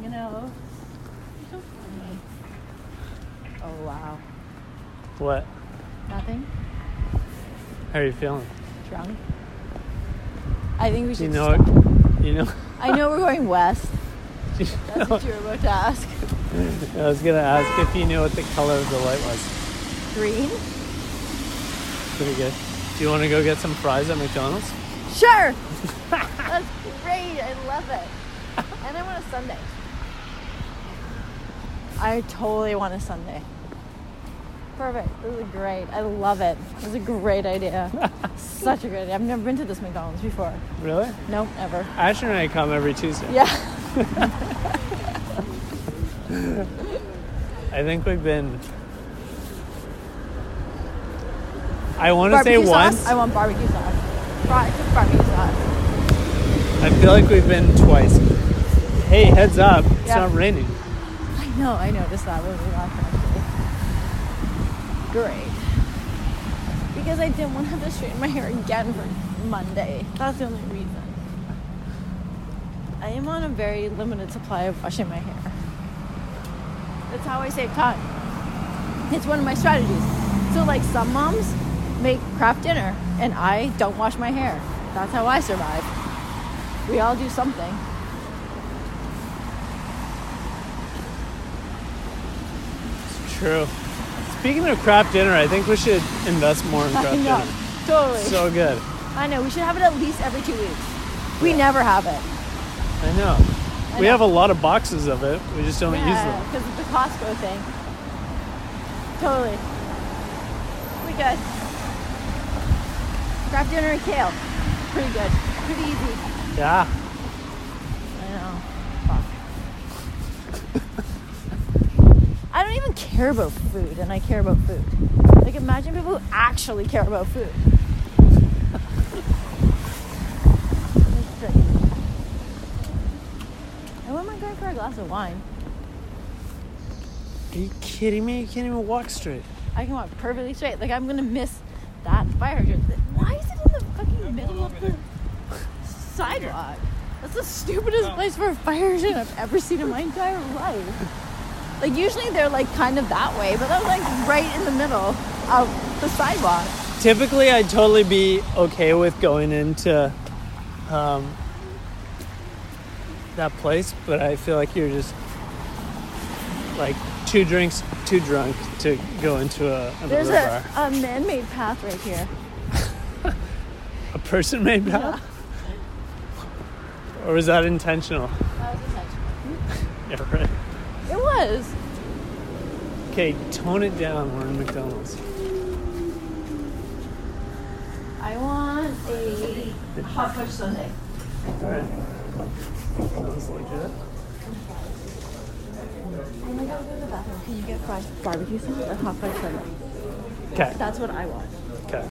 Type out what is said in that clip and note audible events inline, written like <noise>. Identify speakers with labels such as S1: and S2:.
S1: Oh, Wow.
S2: What?
S1: Nothing?
S2: How are you feeling?
S1: Drunk? I think we should
S2: You know
S1: stop.
S2: it. You know. <laughs>
S1: I know we're going west. That's what you were about to ask.
S2: I was gonna ask if you knew what the color of the light was.
S1: Green?
S2: Pretty good. Do you want to go get some fries at McDonald's?
S1: Sure! That's great. I love it. And I want a Sunday. I totally want a Sunday. Perfect. This is great. I love it. This is a great
S2: <laughs>
S1: idea. Such a great idea. I've never been to this McDonald's before.
S2: Really?
S1: Nope, ever.
S2: Ash and I come every Tuesday.
S1: Yeah.
S2: I think we've been. I want to say
S1: Barbecue sauce?
S2: once.
S1: I want barbecue sauce. Fries with barbecue sauce.
S2: I feel like we've been twice. Hey, heads up! It's
S1: Yeah.
S2: not raining.
S1: <laughs> I know, I noticed that when we last time. Great. Because I didn't want to have to straighten my hair again for Monday. That's the only reason. I am on a very limited supply of washing my hair. That's how I save time. It's one of my strategies. So, like, some moms make crap dinner, and I don't wash my hair. That's how I survive. We all do something.
S2: It's true. Speaking of crap dinner, I think we should invest more in
S1: <laughs>
S2: crap
S1: <laughs> I know.
S2: dinner.
S1: Totally.
S2: So good.
S1: I know. We should have it at least every two weeks. We never have it.
S2: I know. we
S1: know.
S2: have a lot of boxes of it. We just don't use them.
S1: because of the Costco thing. Totally. We good. Grab dinner and kale. Pretty good. Pretty easy.
S2: Yeah.
S1: I know. Fuck. I don't even care about food, and I care about food. Like, imagine people who actually care about food. <laughs> That's crazy. I wouldn't mind going for a glass of wine.
S2: Are you kidding me? You can't even walk straight.
S1: I can walk perfectly straight. Like, I'm gonna miss that fire hydrant. Why is it in the fucking middle of the sidewalk? That's the stupidest place for a fire hydrant I've ever seen in my entire life. Like, usually they're like kind of that way, but that was like right in the middle of the sidewalk.
S2: Typically, I'd totally be okay with going into um, that place, but I feel like you're just like two drinks too drunk to go into a another
S1: There's a,
S2: bar.
S1: a man made path right here.
S2: A, person made path? Or was that intentional? <laughs>
S1: That was intentional.
S2: Yeah, right.
S1: It was.
S2: Okay, tone it down. We're in McDonald's.
S1: I want a hot fudge sundae.
S2: All right. Sounds legit.
S1: Oh I'm gonna go to the bathroom. Can you get fries, barbecue sauce, or hot fudge sundae?
S2: Okay.
S1: That's what I want.